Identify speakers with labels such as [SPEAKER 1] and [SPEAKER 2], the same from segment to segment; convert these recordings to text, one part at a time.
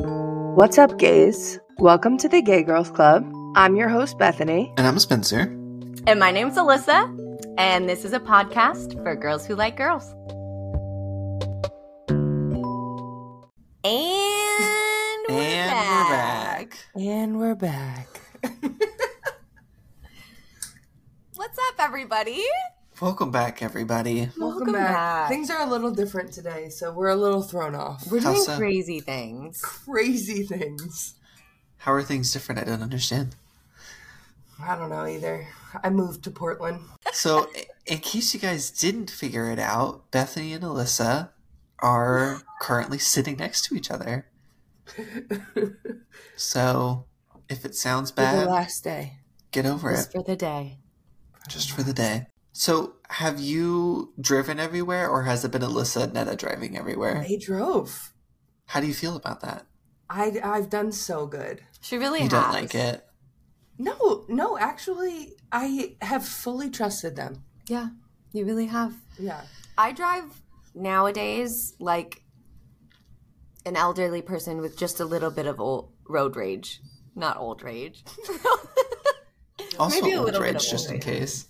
[SPEAKER 1] What's up, gays? Welcome to the Gay Girls Club. I'm your host, Bethany.
[SPEAKER 2] And I'm Spencer.
[SPEAKER 3] And my name's Alyssa, and this is a podcast for girls who like girls. And we're back.
[SPEAKER 1] And we're back.
[SPEAKER 3] What's up, everybody?
[SPEAKER 2] Welcome back, everybody.
[SPEAKER 1] Welcome,
[SPEAKER 3] Welcome
[SPEAKER 1] back.
[SPEAKER 3] back.
[SPEAKER 1] Things are a little different today, so we're a little thrown off.
[SPEAKER 3] We're
[SPEAKER 2] How
[SPEAKER 3] doing
[SPEAKER 2] so?
[SPEAKER 3] crazy things.
[SPEAKER 1] Crazy things.
[SPEAKER 2] How are things different? I don't understand.
[SPEAKER 1] I don't know either. I moved to Portland.
[SPEAKER 2] So, i- in case you guys didn't figure it out, Bethany and Alyssa are currently sitting next to each other. So, if it sounds
[SPEAKER 1] the
[SPEAKER 2] bad,
[SPEAKER 1] last day.
[SPEAKER 2] get over
[SPEAKER 3] Just
[SPEAKER 2] it
[SPEAKER 3] for the day.
[SPEAKER 2] just for the day. So, have you driven everywhere or has it been Alyssa and Netta driving everywhere?
[SPEAKER 1] They drove.
[SPEAKER 2] How do you feel about that?
[SPEAKER 1] I, I've done so good.
[SPEAKER 3] She really
[SPEAKER 2] You
[SPEAKER 3] has.
[SPEAKER 2] don't like it?
[SPEAKER 1] No, no, actually, I have fully trusted them.
[SPEAKER 3] Yeah, you really have.
[SPEAKER 1] Yeah.
[SPEAKER 3] I drive nowadays like an elderly person with just a little bit of old road rage. Not old rage.
[SPEAKER 2] Also,
[SPEAKER 3] Maybe a
[SPEAKER 2] old
[SPEAKER 3] little
[SPEAKER 2] rage,
[SPEAKER 3] bit of
[SPEAKER 2] just
[SPEAKER 3] old
[SPEAKER 2] in case.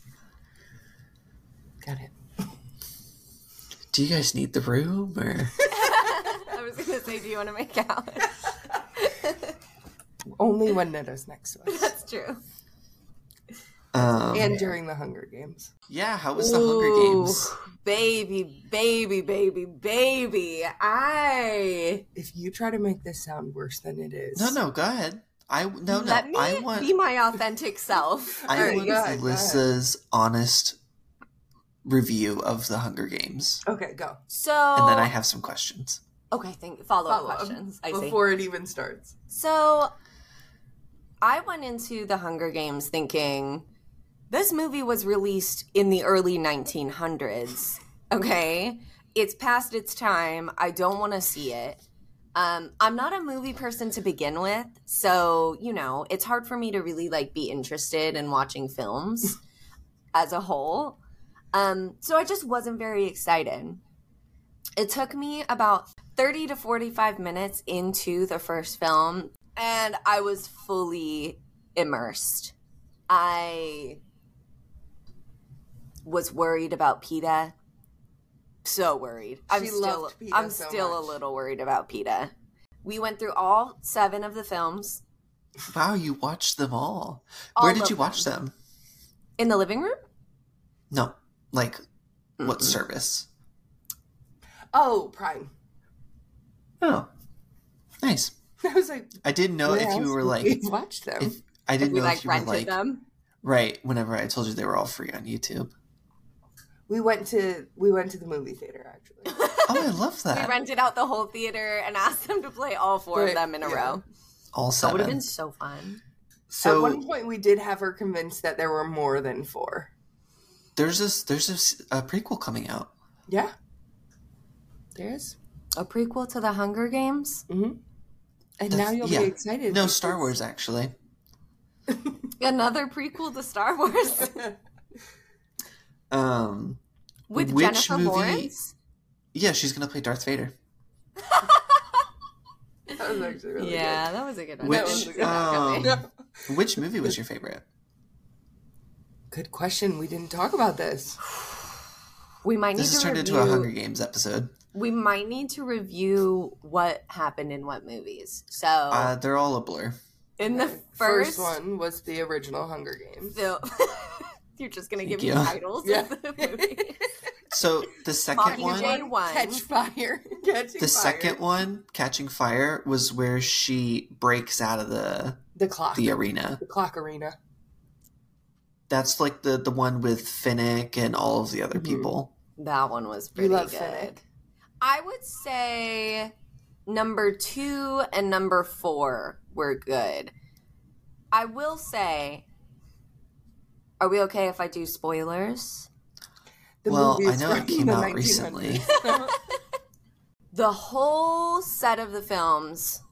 [SPEAKER 1] Got it.
[SPEAKER 2] Do you guys need the room or?
[SPEAKER 3] I was going to say, do you want to make out?
[SPEAKER 1] Only when Netta's next to us.
[SPEAKER 3] That's true.
[SPEAKER 2] Um,
[SPEAKER 1] and during the Hunger Games.
[SPEAKER 2] yeah, how was the Hunger Games?
[SPEAKER 3] Baby, baby, baby, baby. I
[SPEAKER 1] If you try to make this sound worse than it is.
[SPEAKER 2] No, no, go ahead. I no, no.
[SPEAKER 3] let me
[SPEAKER 2] I want
[SPEAKER 3] be my authentic self.
[SPEAKER 2] I
[SPEAKER 1] Alright,
[SPEAKER 2] want
[SPEAKER 1] go ahead, go
[SPEAKER 2] Alyssa's honest review of the Hunger Games,
[SPEAKER 1] Okay, go.
[SPEAKER 3] So
[SPEAKER 2] and
[SPEAKER 3] Oh.
[SPEAKER 2] then I have some questions.
[SPEAKER 3] Okay, thank follow up
[SPEAKER 1] Follow-up
[SPEAKER 3] questions. I see.
[SPEAKER 1] Before it even starts.
[SPEAKER 3] So I went into the Hunger Games thinking this movie was released in the early 1900s. Okay? It's past its time. I don't want to see it. Um, I'm not a movie person to begin with, so you know it's hard for me to really like be interested in watching films as a whole. Um, so I just wasn't very excited. It took me about 30 to 45 minutes into the first film, and I was fully immersed. I was worried about PETA. So worried. I'm
[SPEAKER 1] She
[SPEAKER 3] still
[SPEAKER 1] loved PETA
[SPEAKER 3] I'm
[SPEAKER 1] so
[SPEAKER 3] still
[SPEAKER 1] much.
[SPEAKER 3] a little worried about PETA. We went through all seven of the films
[SPEAKER 2] Wow, you watched them all.
[SPEAKER 3] All
[SPEAKER 2] Where did
[SPEAKER 3] of
[SPEAKER 2] you watch them?
[SPEAKER 3] in the living room.
[SPEAKER 2] No, like what service?
[SPEAKER 1] Oh, Prime.
[SPEAKER 2] Oh, nice.
[SPEAKER 1] I was like,
[SPEAKER 2] I didn't know
[SPEAKER 1] where
[SPEAKER 2] if
[SPEAKER 1] else
[SPEAKER 2] you were
[SPEAKER 1] would
[SPEAKER 2] like.
[SPEAKER 1] we watch them.
[SPEAKER 2] if- I didn't
[SPEAKER 3] We
[SPEAKER 2] know
[SPEAKER 3] like
[SPEAKER 2] if you were
[SPEAKER 3] rented
[SPEAKER 2] like
[SPEAKER 3] them.
[SPEAKER 2] right. Whenever I told you they were all free on YouTube.
[SPEAKER 1] we went to we went to the movie theater actually.
[SPEAKER 2] Oh, I love
[SPEAKER 3] We
[SPEAKER 2] that.
[SPEAKER 3] rented out the whole theater and asked them to play all four
[SPEAKER 1] Right,
[SPEAKER 3] of them in a
[SPEAKER 1] yeah.
[SPEAKER 3] row.
[SPEAKER 2] All
[SPEAKER 3] That
[SPEAKER 2] seven.
[SPEAKER 3] would have been so fun.
[SPEAKER 2] so
[SPEAKER 1] At one point, we did have her convinced that there were more than four.
[SPEAKER 2] there's this there's this a prequel coming out.
[SPEAKER 1] Yeah, there is.
[SPEAKER 3] A prequel to the Hunger Games?
[SPEAKER 1] And
[SPEAKER 2] That's-
[SPEAKER 1] now you'll
[SPEAKER 2] yeah.
[SPEAKER 1] be excited.
[SPEAKER 2] No,
[SPEAKER 1] because-
[SPEAKER 2] Star Wars actually.
[SPEAKER 3] Another prequel to Star Wars
[SPEAKER 2] Um,
[SPEAKER 3] with
[SPEAKER 2] Which
[SPEAKER 3] Jennifer
[SPEAKER 2] movie-
[SPEAKER 3] Lawrence?
[SPEAKER 2] yeah, she's gonna play Darth Vader.
[SPEAKER 1] That was actually really
[SPEAKER 3] yeah, that was a good one.
[SPEAKER 2] Which,
[SPEAKER 3] I didn't see that coming.
[SPEAKER 2] um,
[SPEAKER 1] good. No.
[SPEAKER 2] Which movie was your favorite?
[SPEAKER 1] Good question. We didn't talk about this.
[SPEAKER 3] we might need
[SPEAKER 2] This has
[SPEAKER 3] to
[SPEAKER 2] turned
[SPEAKER 3] review.
[SPEAKER 2] into a Hunger Games episode.
[SPEAKER 3] we might need to review what happened in what movies. So
[SPEAKER 2] Uh, they're all a blur.
[SPEAKER 3] in the
[SPEAKER 1] First,
[SPEAKER 3] first,
[SPEAKER 1] one was the original Hunger Games.
[SPEAKER 3] fil- you're just gonna give
[SPEAKER 2] Thank
[SPEAKER 3] me
[SPEAKER 2] you.
[SPEAKER 3] titles
[SPEAKER 1] Yeah.
[SPEAKER 3] of the movies.
[SPEAKER 2] So the second
[SPEAKER 3] Mockingjay
[SPEAKER 2] one,
[SPEAKER 3] Day one.
[SPEAKER 1] Catch fire. Catching
[SPEAKER 2] the
[SPEAKER 1] fire.
[SPEAKER 2] second one, Catching Fire, was where she breaks out of the
[SPEAKER 1] The clock.
[SPEAKER 2] the arena.
[SPEAKER 1] the clock arena.
[SPEAKER 2] That's like the the one with Finnick and all of the other people.
[SPEAKER 3] That one was pretty
[SPEAKER 1] love
[SPEAKER 3] good.
[SPEAKER 1] Finnick.
[SPEAKER 3] I would say number two and number four were good. I will say, are we okay if I do spoilers?
[SPEAKER 1] The
[SPEAKER 2] Well,
[SPEAKER 1] movie
[SPEAKER 2] I
[SPEAKER 1] is
[SPEAKER 2] know
[SPEAKER 1] from
[SPEAKER 2] it came
[SPEAKER 1] the Mm-hmm.
[SPEAKER 2] out
[SPEAKER 1] 1900s.
[SPEAKER 2] recently.
[SPEAKER 3] The whole set of the films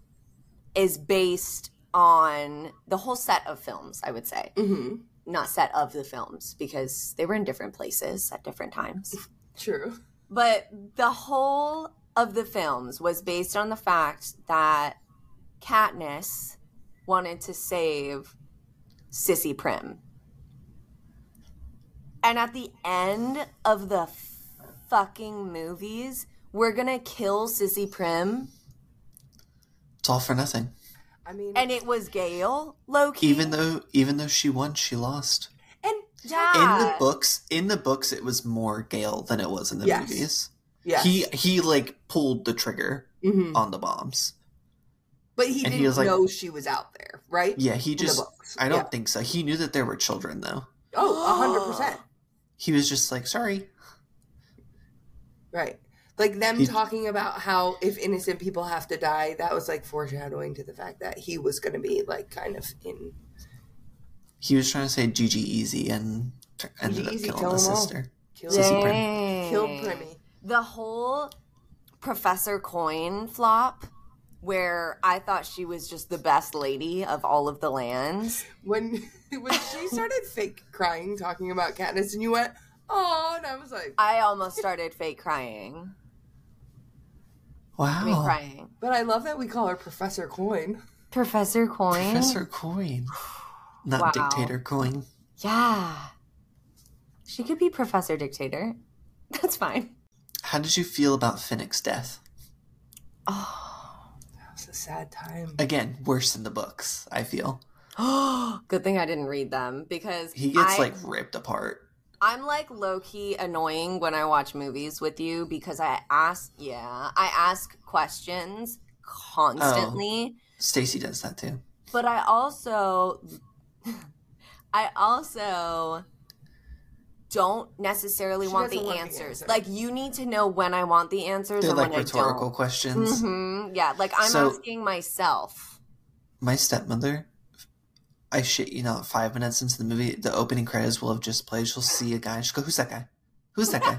[SPEAKER 3] is based on the whole set of films, I would say.
[SPEAKER 1] hmm
[SPEAKER 3] Not set of the films because they were in different places at different times.
[SPEAKER 1] True.
[SPEAKER 3] But the whole of the films was based on the fact that Katniss wanted to save Sissy Prim. And at the end of the fucking movies, we're gonna kill Sissy Prim,
[SPEAKER 2] It's all for nothing.
[SPEAKER 1] I mean,
[SPEAKER 3] and it was Gail Loki.
[SPEAKER 2] Even though even though she won, she lost.
[SPEAKER 1] and
[SPEAKER 3] yeah,
[SPEAKER 1] Ah.
[SPEAKER 2] In the books, in the books it was more Gale than it was in the
[SPEAKER 1] Yes.
[SPEAKER 2] movies.
[SPEAKER 1] yeah,
[SPEAKER 2] He he like pulled the trigger
[SPEAKER 1] Mhm.
[SPEAKER 2] on the bombs.
[SPEAKER 1] but he
[SPEAKER 2] and he
[SPEAKER 1] didn't
[SPEAKER 2] was like-
[SPEAKER 1] know she was out there, right?
[SPEAKER 2] Yeah, he
[SPEAKER 1] In the
[SPEAKER 2] just
[SPEAKER 1] books,
[SPEAKER 2] I
[SPEAKER 1] yeah.
[SPEAKER 2] don't think so. He knew that there were children though.
[SPEAKER 1] Oh, a hundred percent.
[SPEAKER 2] He was just like, "Sorry."
[SPEAKER 1] Right. Like them
[SPEAKER 2] He-
[SPEAKER 1] talking about how if innocent people have to die, that was like foreshadowing to the fact that he was going to be like kind of in.
[SPEAKER 2] He was trying to say GG easy and t- ended
[SPEAKER 1] easy,
[SPEAKER 2] up
[SPEAKER 1] kill
[SPEAKER 2] killing the
[SPEAKER 1] 'em all.
[SPEAKER 2] sister.
[SPEAKER 1] Kill,
[SPEAKER 2] Sissy Prim.
[SPEAKER 3] Dang.
[SPEAKER 1] kill Primmy.
[SPEAKER 3] the whole Professor Coin flop, where I thought she was just the best lady of all of the lands.
[SPEAKER 1] When when she started fake crying talking about Katniss, and you went, "Oh," and I was like,
[SPEAKER 3] I almost started fake crying.
[SPEAKER 2] Wow.
[SPEAKER 3] I
[SPEAKER 2] Oh.
[SPEAKER 3] mean, crying.
[SPEAKER 1] "But I love that we call her Professor Coin."
[SPEAKER 3] Professor Coin.
[SPEAKER 2] Professor Coin. Not
[SPEAKER 3] Wow.
[SPEAKER 2] Dictator Coin.
[SPEAKER 3] Yeah. She could be Professor Dictator. That's fine.
[SPEAKER 2] How did you feel about Finnick's death?
[SPEAKER 1] That was a sad time.
[SPEAKER 2] Again, worse in the books, I feel.
[SPEAKER 3] Good thing I didn't read them because
[SPEAKER 2] He gets
[SPEAKER 3] I,
[SPEAKER 2] like ripped apart.
[SPEAKER 3] I'm like low key annoying when I watch movies with you because I ask yeah I ask questions
[SPEAKER 2] Oh.
[SPEAKER 3] constantly,
[SPEAKER 2] Stacy does that too.
[SPEAKER 3] but I also I also don't necessarily
[SPEAKER 1] She
[SPEAKER 3] want the
[SPEAKER 1] doesn't want the
[SPEAKER 3] answers.
[SPEAKER 1] answer.
[SPEAKER 3] Like you need to know when I want the answers
[SPEAKER 2] They're
[SPEAKER 3] and
[SPEAKER 2] like
[SPEAKER 3] when
[SPEAKER 2] rhetorical
[SPEAKER 3] I don't.
[SPEAKER 2] questions.
[SPEAKER 3] Mhm. Yeah, like I'm
[SPEAKER 2] So-
[SPEAKER 3] asking myself.
[SPEAKER 2] My stepmother, I shit you not, five minutes into the movie, the opening credits will have just played. She'll see a guy. She'll go, Who's that guy? Who's that guy?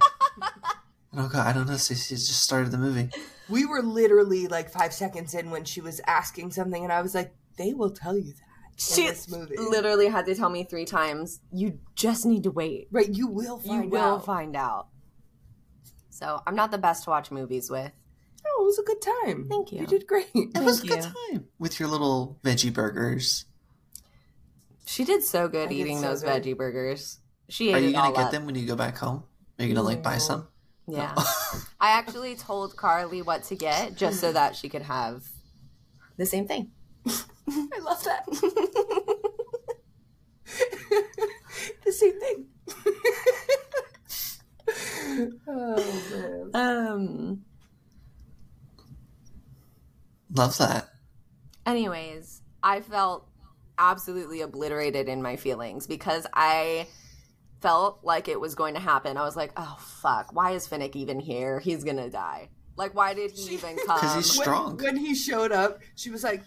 [SPEAKER 2] and I'll go, I don't know. Stacy just started the movie.
[SPEAKER 1] We were literally like five seconds in when she was asking something, and I was like, "They will tell you that in
[SPEAKER 3] She
[SPEAKER 1] this movie,
[SPEAKER 3] literally had to tell me three times. You just need to wait.
[SPEAKER 1] right? You will find
[SPEAKER 3] you will
[SPEAKER 1] out."
[SPEAKER 3] find out. So I'm not the best to watch movies with.
[SPEAKER 1] oh, it was a good time.
[SPEAKER 3] Thank you.
[SPEAKER 1] You did great.
[SPEAKER 2] It was a
[SPEAKER 3] Thank
[SPEAKER 2] good
[SPEAKER 3] you.
[SPEAKER 2] time with your little veggie burgers.
[SPEAKER 3] She did so
[SPEAKER 1] I
[SPEAKER 3] good
[SPEAKER 1] did
[SPEAKER 3] eating
[SPEAKER 1] so
[SPEAKER 3] those
[SPEAKER 1] good.
[SPEAKER 3] veggie burgers. She ate
[SPEAKER 2] Are you
[SPEAKER 3] it
[SPEAKER 2] going
[SPEAKER 3] all
[SPEAKER 2] to get
[SPEAKER 3] up.
[SPEAKER 2] them when you go back home? Are you going to like buy some?
[SPEAKER 3] Yeah. I actually told Carly what to get just so that she could have the same thing.
[SPEAKER 1] I love that. the same thing. oh man.
[SPEAKER 3] Um.
[SPEAKER 2] Love that.
[SPEAKER 3] Anyways, I felt absolutely obliterated in my feelings because I felt like it was going to happen. I was like, oh fuck, why is Finnick even here? He's gonna die. Like, why did he even come?
[SPEAKER 2] Because he's strong.
[SPEAKER 1] When, when he showed up, she was like,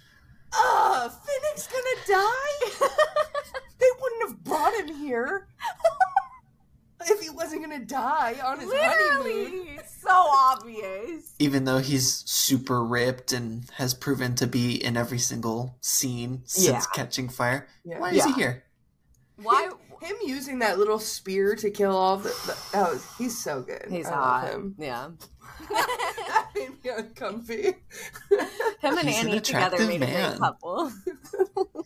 [SPEAKER 1] "Uh, Finnick's gonna die. they wouldn't have brought him here if he wasn't gonna die on his honeymoon."
[SPEAKER 3] Literally, so obvious.
[SPEAKER 2] Even though he's super ripped and has proven to be in every single scene since
[SPEAKER 3] Yeah.
[SPEAKER 2] catching fire,
[SPEAKER 1] Yeah.
[SPEAKER 2] why is he
[SPEAKER 3] Yeah.
[SPEAKER 2] here?
[SPEAKER 3] Why?
[SPEAKER 1] Him using that little spear to kill all the, the that was he's so good.
[SPEAKER 3] He's
[SPEAKER 1] I love
[SPEAKER 3] hot.
[SPEAKER 1] him.
[SPEAKER 3] Yeah.
[SPEAKER 1] that made me uncomfy.
[SPEAKER 3] Him and
[SPEAKER 2] He's an
[SPEAKER 3] Annie together
[SPEAKER 2] attractive
[SPEAKER 3] made a
[SPEAKER 2] man.
[SPEAKER 3] great couple.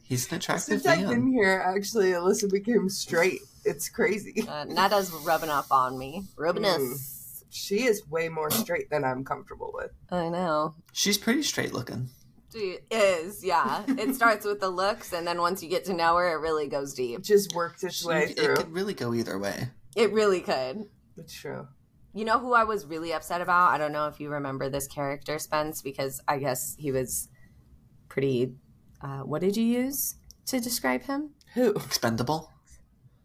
[SPEAKER 2] He's an attractive
[SPEAKER 1] Since I've been
[SPEAKER 2] man.
[SPEAKER 1] here, actually, Alyssa became straight. It's crazy.
[SPEAKER 3] Uh, Nada's rubbing up on me. Rubbing us.
[SPEAKER 1] She is way more straight than I'm comfortable with.
[SPEAKER 3] I know.
[SPEAKER 2] She's pretty straight looking.
[SPEAKER 3] She is, yeah. It starts with the looks, and then once you get to know her, it really goes deep.
[SPEAKER 1] It just worked its way
[SPEAKER 2] it
[SPEAKER 1] through.
[SPEAKER 2] could really go either way.
[SPEAKER 3] It really could.
[SPEAKER 1] It's true.
[SPEAKER 3] You know who I was really upset about? I don't know if you remember this character, Spence, because I guess he was pretty. Uh, what did you use to describe him?
[SPEAKER 1] Who?
[SPEAKER 2] Expendable.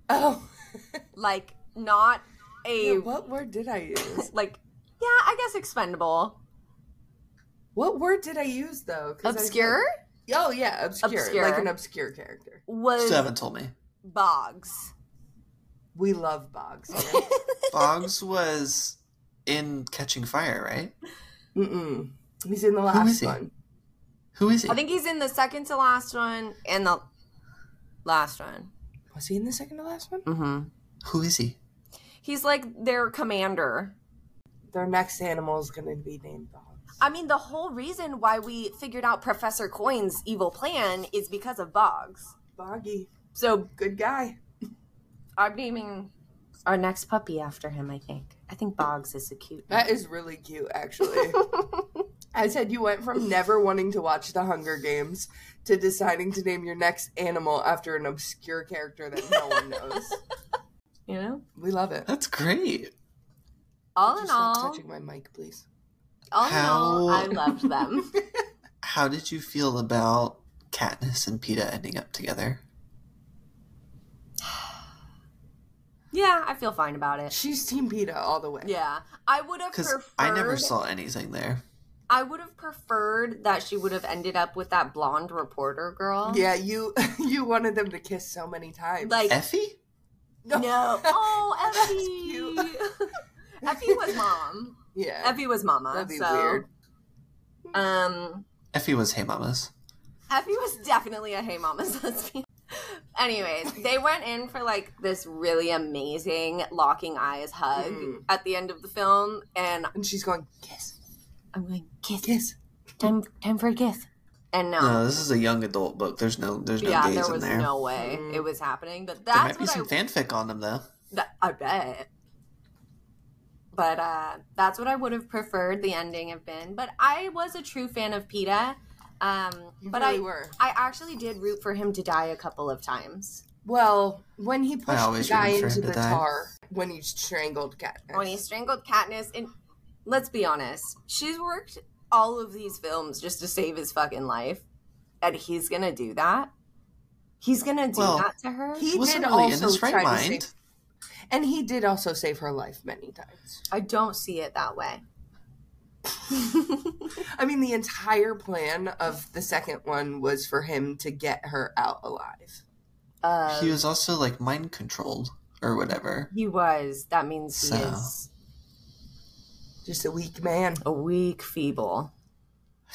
[SPEAKER 1] Oh.
[SPEAKER 3] Like, not a.
[SPEAKER 1] Yeah, what word did I use?
[SPEAKER 3] Like, yeah, I guess expendable.
[SPEAKER 1] What word did I use, though? 'Cause I
[SPEAKER 3] Obscure
[SPEAKER 1] said- oh, yeah, obscure.
[SPEAKER 3] Obscure.
[SPEAKER 1] Like an obscure character.
[SPEAKER 3] was
[SPEAKER 2] Still haven't told me.
[SPEAKER 3] Boggs.
[SPEAKER 1] We love Boggs. here.
[SPEAKER 2] Boggs was in Catching Fire, right?
[SPEAKER 1] Mm-mm. He's in the
[SPEAKER 2] is
[SPEAKER 1] last
[SPEAKER 2] he?
[SPEAKER 1] one.
[SPEAKER 2] Who is he?
[SPEAKER 3] I think he's in the second to last one and the last one.
[SPEAKER 1] Was he in the
[SPEAKER 3] Mm-hmm.
[SPEAKER 1] second to last one?
[SPEAKER 3] Mm hmm.
[SPEAKER 2] Who is he?
[SPEAKER 3] He's like their commander.
[SPEAKER 1] Their next animal is going to be named Boggs.
[SPEAKER 3] I mean, the whole reason why we figured out Professor Coin's evil plan is because of Boggs.
[SPEAKER 1] Boggy,
[SPEAKER 3] So
[SPEAKER 1] good guy.
[SPEAKER 3] I'm naming our next puppy after him, I think. I think Boggs is a cute name.
[SPEAKER 1] That is really cute, actually. I said you went from never wanting to watch The Hunger Games to deciding to name your next animal after an obscure character that no one knows.
[SPEAKER 3] you know?
[SPEAKER 1] We love it.
[SPEAKER 2] That's great.
[SPEAKER 3] All in
[SPEAKER 1] Just stop
[SPEAKER 3] all,
[SPEAKER 1] touching my mic, please.
[SPEAKER 3] all in all,
[SPEAKER 2] How-
[SPEAKER 3] I loved them.
[SPEAKER 2] How did you feel about Katniss and Peeta ending up together?
[SPEAKER 3] yeah, I feel fine about it.
[SPEAKER 1] She's Team PETA all the way.
[SPEAKER 3] Yeah, I would have
[SPEAKER 2] Because
[SPEAKER 3] preferred.
[SPEAKER 2] I never saw anything there.
[SPEAKER 3] I would have preferred that she would have ended up with that blonde reporter girl.
[SPEAKER 1] Yeah, you you wanted them to kiss so many times.
[SPEAKER 3] like
[SPEAKER 2] Effie?
[SPEAKER 3] no. Oh,
[SPEAKER 1] That's
[SPEAKER 3] Effie. Effie was mom.
[SPEAKER 1] yeah.
[SPEAKER 3] Effie was mama.
[SPEAKER 1] That'd be
[SPEAKER 3] so,
[SPEAKER 1] weird.
[SPEAKER 3] Um,
[SPEAKER 2] Effie was Hey Mamas.
[SPEAKER 3] Effie was definitely a hey mama's lesbian. Anyways, they went in for like this really amazing locking eyes hug
[SPEAKER 1] Mm.
[SPEAKER 3] at the end of the film, and
[SPEAKER 1] And she's going, kiss,
[SPEAKER 3] I'm going kiss,
[SPEAKER 1] kiss.
[SPEAKER 3] time, time for a kiss, and no,
[SPEAKER 2] No, this is a young adult book. There's no there's Uh, no
[SPEAKER 3] Um,
[SPEAKER 2] gays
[SPEAKER 3] yeah, there
[SPEAKER 2] in
[SPEAKER 3] was
[SPEAKER 2] there.
[SPEAKER 3] no way
[SPEAKER 1] Mm.
[SPEAKER 3] it was happening. But
[SPEAKER 2] there might
[SPEAKER 3] that's
[SPEAKER 2] be
[SPEAKER 3] what I
[SPEAKER 2] some fanfic on them though.
[SPEAKER 3] That, I bet. But uh, that's what I would have preferred the ending have been. But I was a true fan of PETA. Um,
[SPEAKER 1] You
[SPEAKER 3] but
[SPEAKER 1] really
[SPEAKER 3] I,
[SPEAKER 1] were.
[SPEAKER 3] I actually did root for him to die a couple of times
[SPEAKER 1] Well, when he pushed the
[SPEAKER 2] always
[SPEAKER 1] guy
[SPEAKER 2] root for
[SPEAKER 1] into
[SPEAKER 2] him to
[SPEAKER 1] the
[SPEAKER 2] die.
[SPEAKER 1] tar, when he strangled Katniss.
[SPEAKER 3] when he strangled Katniss. And let's be honest, she's worked all of these films just to save his fucking life, and he's gonna do that. He's gonna do
[SPEAKER 2] Well,
[SPEAKER 3] that to her.
[SPEAKER 1] He
[SPEAKER 2] wasn't
[SPEAKER 1] did
[SPEAKER 2] really in
[SPEAKER 1] also
[SPEAKER 2] his right
[SPEAKER 1] try to
[SPEAKER 2] mind.
[SPEAKER 1] save, and he did also save her life many times.
[SPEAKER 3] I don't see it that way.
[SPEAKER 1] I mean, the entire plan of the second one was for him to get her out alive.
[SPEAKER 3] Uh,
[SPEAKER 2] he was also like mind controlled or whatever.
[SPEAKER 3] he was. That means he
[SPEAKER 2] So.
[SPEAKER 3] is
[SPEAKER 1] Just a weak man.
[SPEAKER 3] a weak, feeble.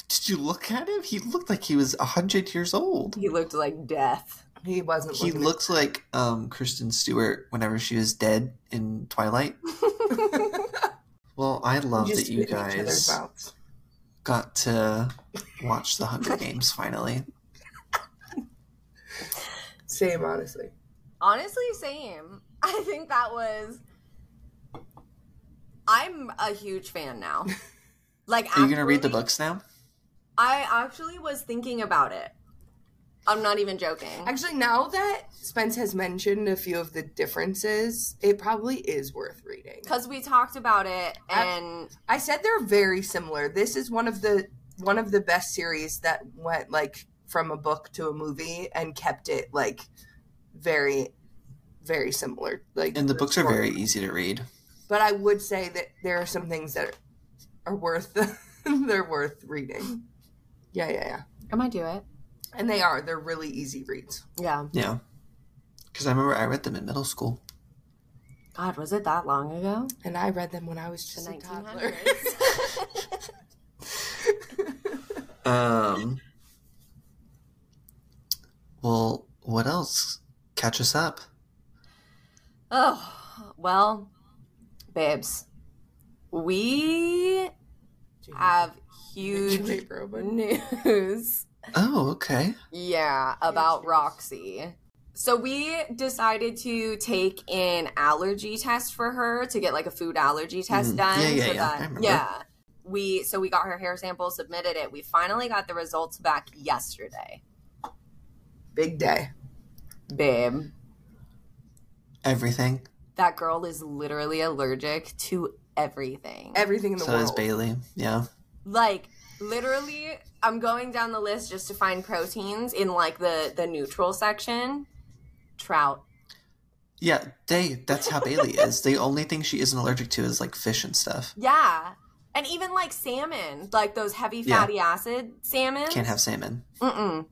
[SPEAKER 2] Did you look at him? He looked like he was hundred years old.
[SPEAKER 3] He looked like death.
[SPEAKER 1] He wasn't.
[SPEAKER 2] He
[SPEAKER 1] looking-
[SPEAKER 2] looks like um, Kristen Stewart whenever she was dead in Twilight. well, I love
[SPEAKER 1] just
[SPEAKER 2] that you
[SPEAKER 1] spit in each other's
[SPEAKER 2] guys
[SPEAKER 1] mouths.
[SPEAKER 2] got to watch The Hunger Games finally.
[SPEAKER 1] Same, honestly.
[SPEAKER 3] Honestly, same. I think that was. I'm a huge fan now. Like,
[SPEAKER 2] Are you going to read the
[SPEAKER 3] actually,
[SPEAKER 2] books now?
[SPEAKER 3] I actually was thinking about it. I'm not even joking.
[SPEAKER 1] Actually, now that Spence has mentioned a few of the differences, it probably is worth reading.
[SPEAKER 3] Because we talked about it, and
[SPEAKER 1] I said they're very similar. This is one of the one of the best series that went like from a book to a movie and kept it like very very similar. Like
[SPEAKER 2] And the books are
[SPEAKER 1] story.
[SPEAKER 2] very easy to read.
[SPEAKER 1] But I would say that there are some things that are worth they're worth reading. Yeah, yeah, yeah.
[SPEAKER 3] I might do it.
[SPEAKER 1] And they are. They're really easy reads.
[SPEAKER 3] Yeah.
[SPEAKER 2] Yeah. Because I remember I read them in middle school.
[SPEAKER 3] God, was it that long ago?
[SPEAKER 1] And I read them when I was just
[SPEAKER 3] The
[SPEAKER 1] a toddler.
[SPEAKER 3] 1900s.
[SPEAKER 2] Um. Well, what else? Catch us up.
[SPEAKER 3] oh, well, babes, we have huge
[SPEAKER 1] Paper, but-
[SPEAKER 3] news.
[SPEAKER 2] Oh, okay.
[SPEAKER 3] Yeah, about Roxy. So we decided to take an allergy test for her to get like a food allergy test
[SPEAKER 2] Mm,
[SPEAKER 3] done.
[SPEAKER 2] yeah, yeah,
[SPEAKER 3] so
[SPEAKER 2] yeah, I remember.
[SPEAKER 3] yeah. We so we got her hair sample, submitted it. We finally got the results back yesterday,
[SPEAKER 1] Big day.
[SPEAKER 3] babe.
[SPEAKER 2] Everything.
[SPEAKER 3] That girl is literally allergic to everything.
[SPEAKER 1] Everything in the
[SPEAKER 2] So
[SPEAKER 1] world.
[SPEAKER 2] is Bailey. Yeah.
[SPEAKER 3] like literally i'm going down the list just to find proteins in like the the neutral section trout
[SPEAKER 2] Yeah, they. That's how Bailey is. The only thing she isn't allergic to is like fish and stuff.
[SPEAKER 3] yeah and even like salmon like those heavy
[SPEAKER 2] Yeah.
[SPEAKER 3] fatty acid salmon
[SPEAKER 2] Can't have salmon.
[SPEAKER 3] Mm-mm.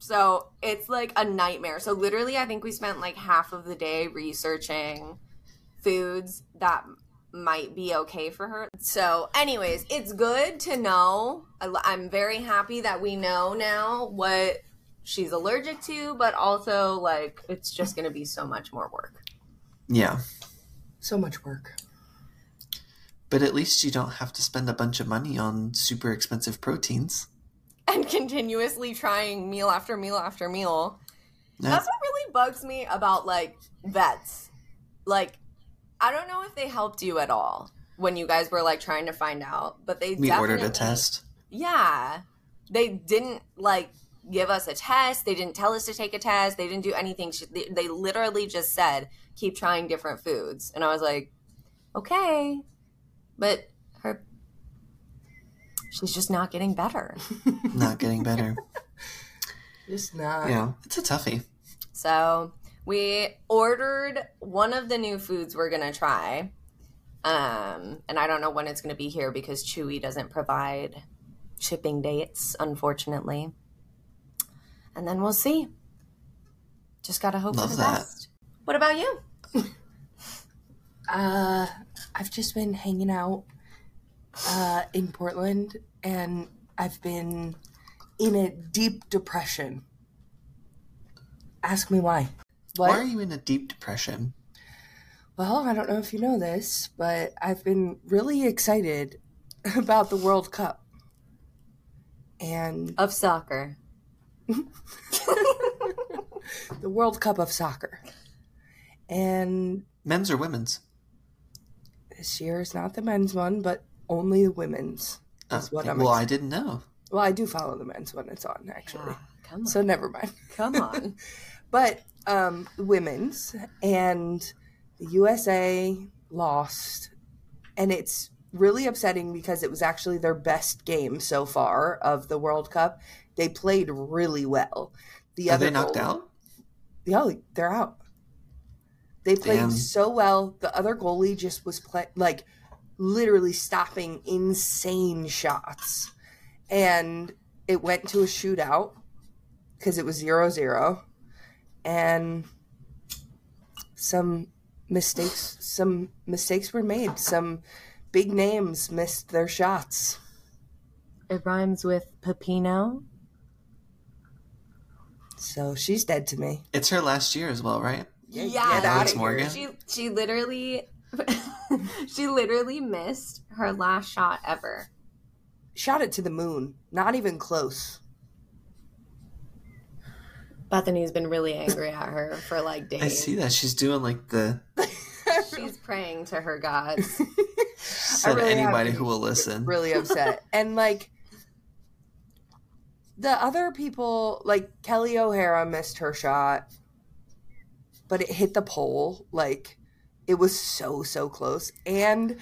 [SPEAKER 3] so it's like a nightmare so literally i think we spent like half of the day researching foods that might be okay for her so anyways it's good to know I, i'm very happy that we know now what she's allergic to but also like it's just gonna be so much more work
[SPEAKER 2] Yeah.
[SPEAKER 1] So much work.
[SPEAKER 2] But at least you don't have to spend a bunch of money on super expensive proteins.
[SPEAKER 3] and continuously trying meal after meal after meal.
[SPEAKER 2] No.
[SPEAKER 3] That's what really bugs me about like vets. Like, I don't know if they helped you at all when you guys were like trying to find out, but they
[SPEAKER 2] we
[SPEAKER 3] definitely,
[SPEAKER 2] ordered a test.
[SPEAKER 3] Yeah, they didn't like give us a test. They didn't tell us to take a test. They didn't do anything. Sh- They, they literally just said keep trying different foods, and I was like, okay, but her, she's just not getting better.
[SPEAKER 2] Not getting better.
[SPEAKER 1] Just not.
[SPEAKER 2] yeah. It's a toughie.
[SPEAKER 3] So we ordered one of the new foods we're gonna try. Um, and I don't know when it's gonna be here because Chewy doesn't provide shipping dates, unfortunately. And then we'll see. Just gotta hope
[SPEAKER 2] Love
[SPEAKER 3] for the
[SPEAKER 2] that.
[SPEAKER 3] best. What about you?
[SPEAKER 1] Uh, I've just been hanging out uh, in Portland, and I've been in a deep depression. Ask me why.
[SPEAKER 2] Why are you in a deep depression?
[SPEAKER 1] Well, I don't know if you know this, but I've been really excited about the World Cup.
[SPEAKER 2] Uh.
[SPEAKER 1] And
[SPEAKER 3] Of soccer.
[SPEAKER 1] the World Cup of soccer. And
[SPEAKER 2] Men's or women's?
[SPEAKER 1] this year is not the men's one, but only the women's.
[SPEAKER 2] Oh,
[SPEAKER 1] That's what I'm
[SPEAKER 2] well, I didn't know.
[SPEAKER 1] Well, I do follow the men's when it's on, actually.
[SPEAKER 3] Ah, Come on.
[SPEAKER 1] So never mind.
[SPEAKER 3] come on.
[SPEAKER 1] But um, the women's and the USA lost, and it's really upsetting because it was actually their best game so far of the World Cup. They played really well. The
[SPEAKER 2] Are
[SPEAKER 1] other
[SPEAKER 2] they knocked
[SPEAKER 1] goal-
[SPEAKER 2] out?
[SPEAKER 1] Yeah, they're out. They played
[SPEAKER 2] Damn.
[SPEAKER 1] so well. The other goalie just was play like literally stopping insane shots, and it went to a shootout because it was zero zero, and some mistakes some mistakes were made. Some big names missed their shots.
[SPEAKER 3] It rhymes with Pepino.
[SPEAKER 1] So she's dead to me.
[SPEAKER 2] It's her last year as well, right?
[SPEAKER 1] Yeah,
[SPEAKER 3] Yeah,
[SPEAKER 1] get
[SPEAKER 2] outta Alex here. Morgan?
[SPEAKER 3] She she literally she literally missed her last shot ever.
[SPEAKER 1] Shot it to the moon. Not even close.
[SPEAKER 3] Bethany's been really angry at her for like days.
[SPEAKER 2] I see that she's doing like the
[SPEAKER 3] She's praying to her gods.
[SPEAKER 2] said
[SPEAKER 1] really have
[SPEAKER 2] anybody
[SPEAKER 1] to
[SPEAKER 2] who
[SPEAKER 1] be
[SPEAKER 2] will listen.
[SPEAKER 1] really upset. and like the other people, like Kelly O'Hara missed her shot, but it hit the pole. Like it was so, so close. And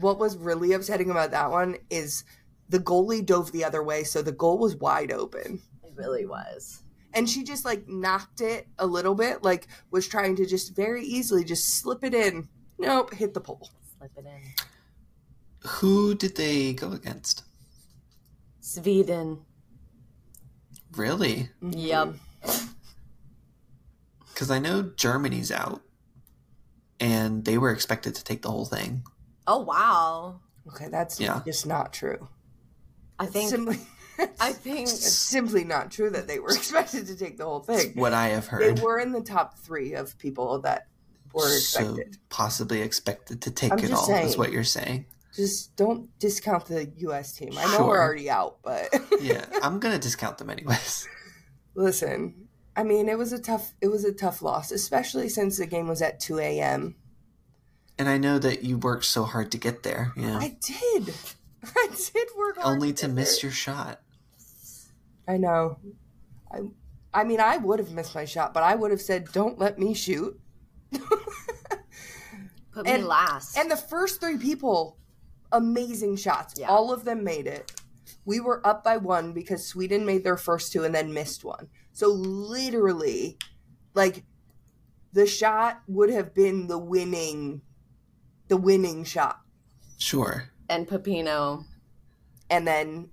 [SPEAKER 1] what was really upsetting about that one is the goalie dove the other way, so the goal was wide open.
[SPEAKER 3] it really was.
[SPEAKER 1] And she just like knocked it a little bit, like was trying to just very easily just slip it in. Nope, hit the pole.
[SPEAKER 3] Slip it in.
[SPEAKER 2] Who did they go against?
[SPEAKER 3] Sweden.
[SPEAKER 2] Really?
[SPEAKER 3] Yep.
[SPEAKER 2] Because I know Germany's out, and they were expected to take the whole thing.
[SPEAKER 3] Oh wow.
[SPEAKER 1] Okay, that's
[SPEAKER 2] Yeah.
[SPEAKER 1] just not true.
[SPEAKER 3] I think
[SPEAKER 1] Simply-
[SPEAKER 3] I think
[SPEAKER 1] It's simply not true that they were expected to take the whole thing.
[SPEAKER 2] What I have
[SPEAKER 1] They
[SPEAKER 2] heard,
[SPEAKER 1] were in the top three of people that were
[SPEAKER 2] so
[SPEAKER 1] expected.
[SPEAKER 2] possibly expected to take
[SPEAKER 1] I'm
[SPEAKER 2] it
[SPEAKER 1] just
[SPEAKER 2] all. Is
[SPEAKER 1] saying.
[SPEAKER 2] what you're saying?
[SPEAKER 1] Just don't discount the U.S. team. I know we're
[SPEAKER 2] Sure.
[SPEAKER 1] already out, but
[SPEAKER 2] Yeah, I'm gonna discount them anyways.
[SPEAKER 1] listen. I mean, it was a tough. It was a tough loss, especially since the game was at 2 a.m.
[SPEAKER 2] And I know that you worked so hard to get there. Yeah,
[SPEAKER 1] I did. I did work hard
[SPEAKER 2] only to
[SPEAKER 1] get
[SPEAKER 2] miss
[SPEAKER 1] there.
[SPEAKER 2] your shot.
[SPEAKER 1] I know. I. I mean, I would have missed my shot, but I would have said, "Don't let me shoot."
[SPEAKER 3] put me
[SPEAKER 1] and-
[SPEAKER 3] last.
[SPEAKER 1] And the first three people, amazing shots.
[SPEAKER 3] Yeah.
[SPEAKER 1] All of them made it. We were up by one because Sweden made their first two and then missed one. So literally, like the shot would have been the winning the winning shot.
[SPEAKER 2] Sure.
[SPEAKER 3] and Pepino.
[SPEAKER 1] And then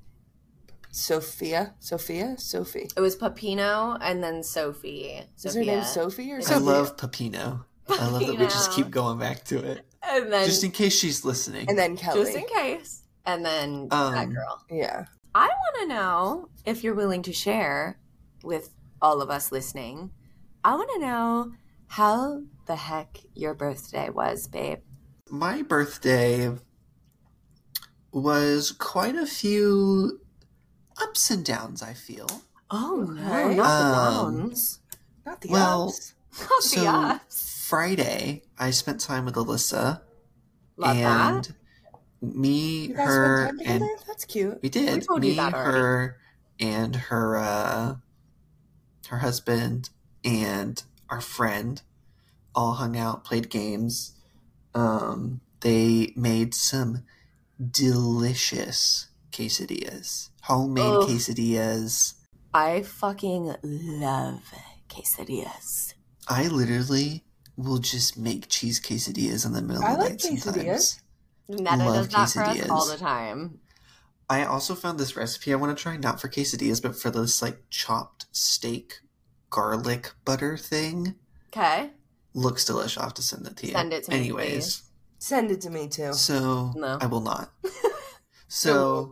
[SPEAKER 1] Sophia, Sophia, Sophie.
[SPEAKER 3] It was Pepino and then Sophie.
[SPEAKER 1] Is her name
[SPEAKER 3] Sophia.
[SPEAKER 1] Sophie or
[SPEAKER 2] I
[SPEAKER 1] Sophia?
[SPEAKER 2] love Pepino. I love that we just
[SPEAKER 3] Pepino.
[SPEAKER 2] keep going back to it,
[SPEAKER 3] And then
[SPEAKER 2] just in case she's listening.
[SPEAKER 1] and then Kelly.
[SPEAKER 3] just in case. And then that
[SPEAKER 2] Um,
[SPEAKER 3] girl.
[SPEAKER 1] yeah.
[SPEAKER 3] I want to know if you're willing to share with all of us listening. I want to know how the heck your birthday was, babe.
[SPEAKER 2] my birthday was quite a few ups and downs, I feel.
[SPEAKER 3] Oh
[SPEAKER 1] Okay.
[SPEAKER 3] no, not the
[SPEAKER 2] Um,
[SPEAKER 3] moms.
[SPEAKER 1] Not the
[SPEAKER 2] Well,
[SPEAKER 1] ups.
[SPEAKER 3] Not
[SPEAKER 2] so
[SPEAKER 3] the us.
[SPEAKER 2] Friday, I spent time with Alyssa
[SPEAKER 3] Love
[SPEAKER 2] and
[SPEAKER 3] that.
[SPEAKER 2] me,
[SPEAKER 1] You guys
[SPEAKER 2] her,
[SPEAKER 1] spent time
[SPEAKER 2] and
[SPEAKER 1] together? That's cute.
[SPEAKER 2] we did.
[SPEAKER 3] told you
[SPEAKER 2] me,
[SPEAKER 3] that already.
[SPEAKER 2] her, and her, uh, her husband, and our friend all hung out, played games. Um, they made some delicious quesadillas, homemade
[SPEAKER 3] Ugh.
[SPEAKER 2] quesadillas.
[SPEAKER 3] I fucking love quesadillas.
[SPEAKER 2] I literally will just make cheese quesadillas in the middle
[SPEAKER 1] I
[SPEAKER 2] of the
[SPEAKER 1] like
[SPEAKER 2] night
[SPEAKER 1] quesadillas.
[SPEAKER 2] sometimes.
[SPEAKER 3] Netta does
[SPEAKER 2] Love
[SPEAKER 3] that for us
[SPEAKER 2] quesadillas.
[SPEAKER 3] all the time.
[SPEAKER 2] I also found this recipe I want to try, not for quesadillas, but for this like chopped steak garlic butter thing.
[SPEAKER 3] Okay.
[SPEAKER 2] Looks delicious. I'll have to send it to you.
[SPEAKER 3] Send it to me,
[SPEAKER 2] Anyways,
[SPEAKER 1] Send it to me too.
[SPEAKER 2] so
[SPEAKER 3] No.
[SPEAKER 2] I will not. so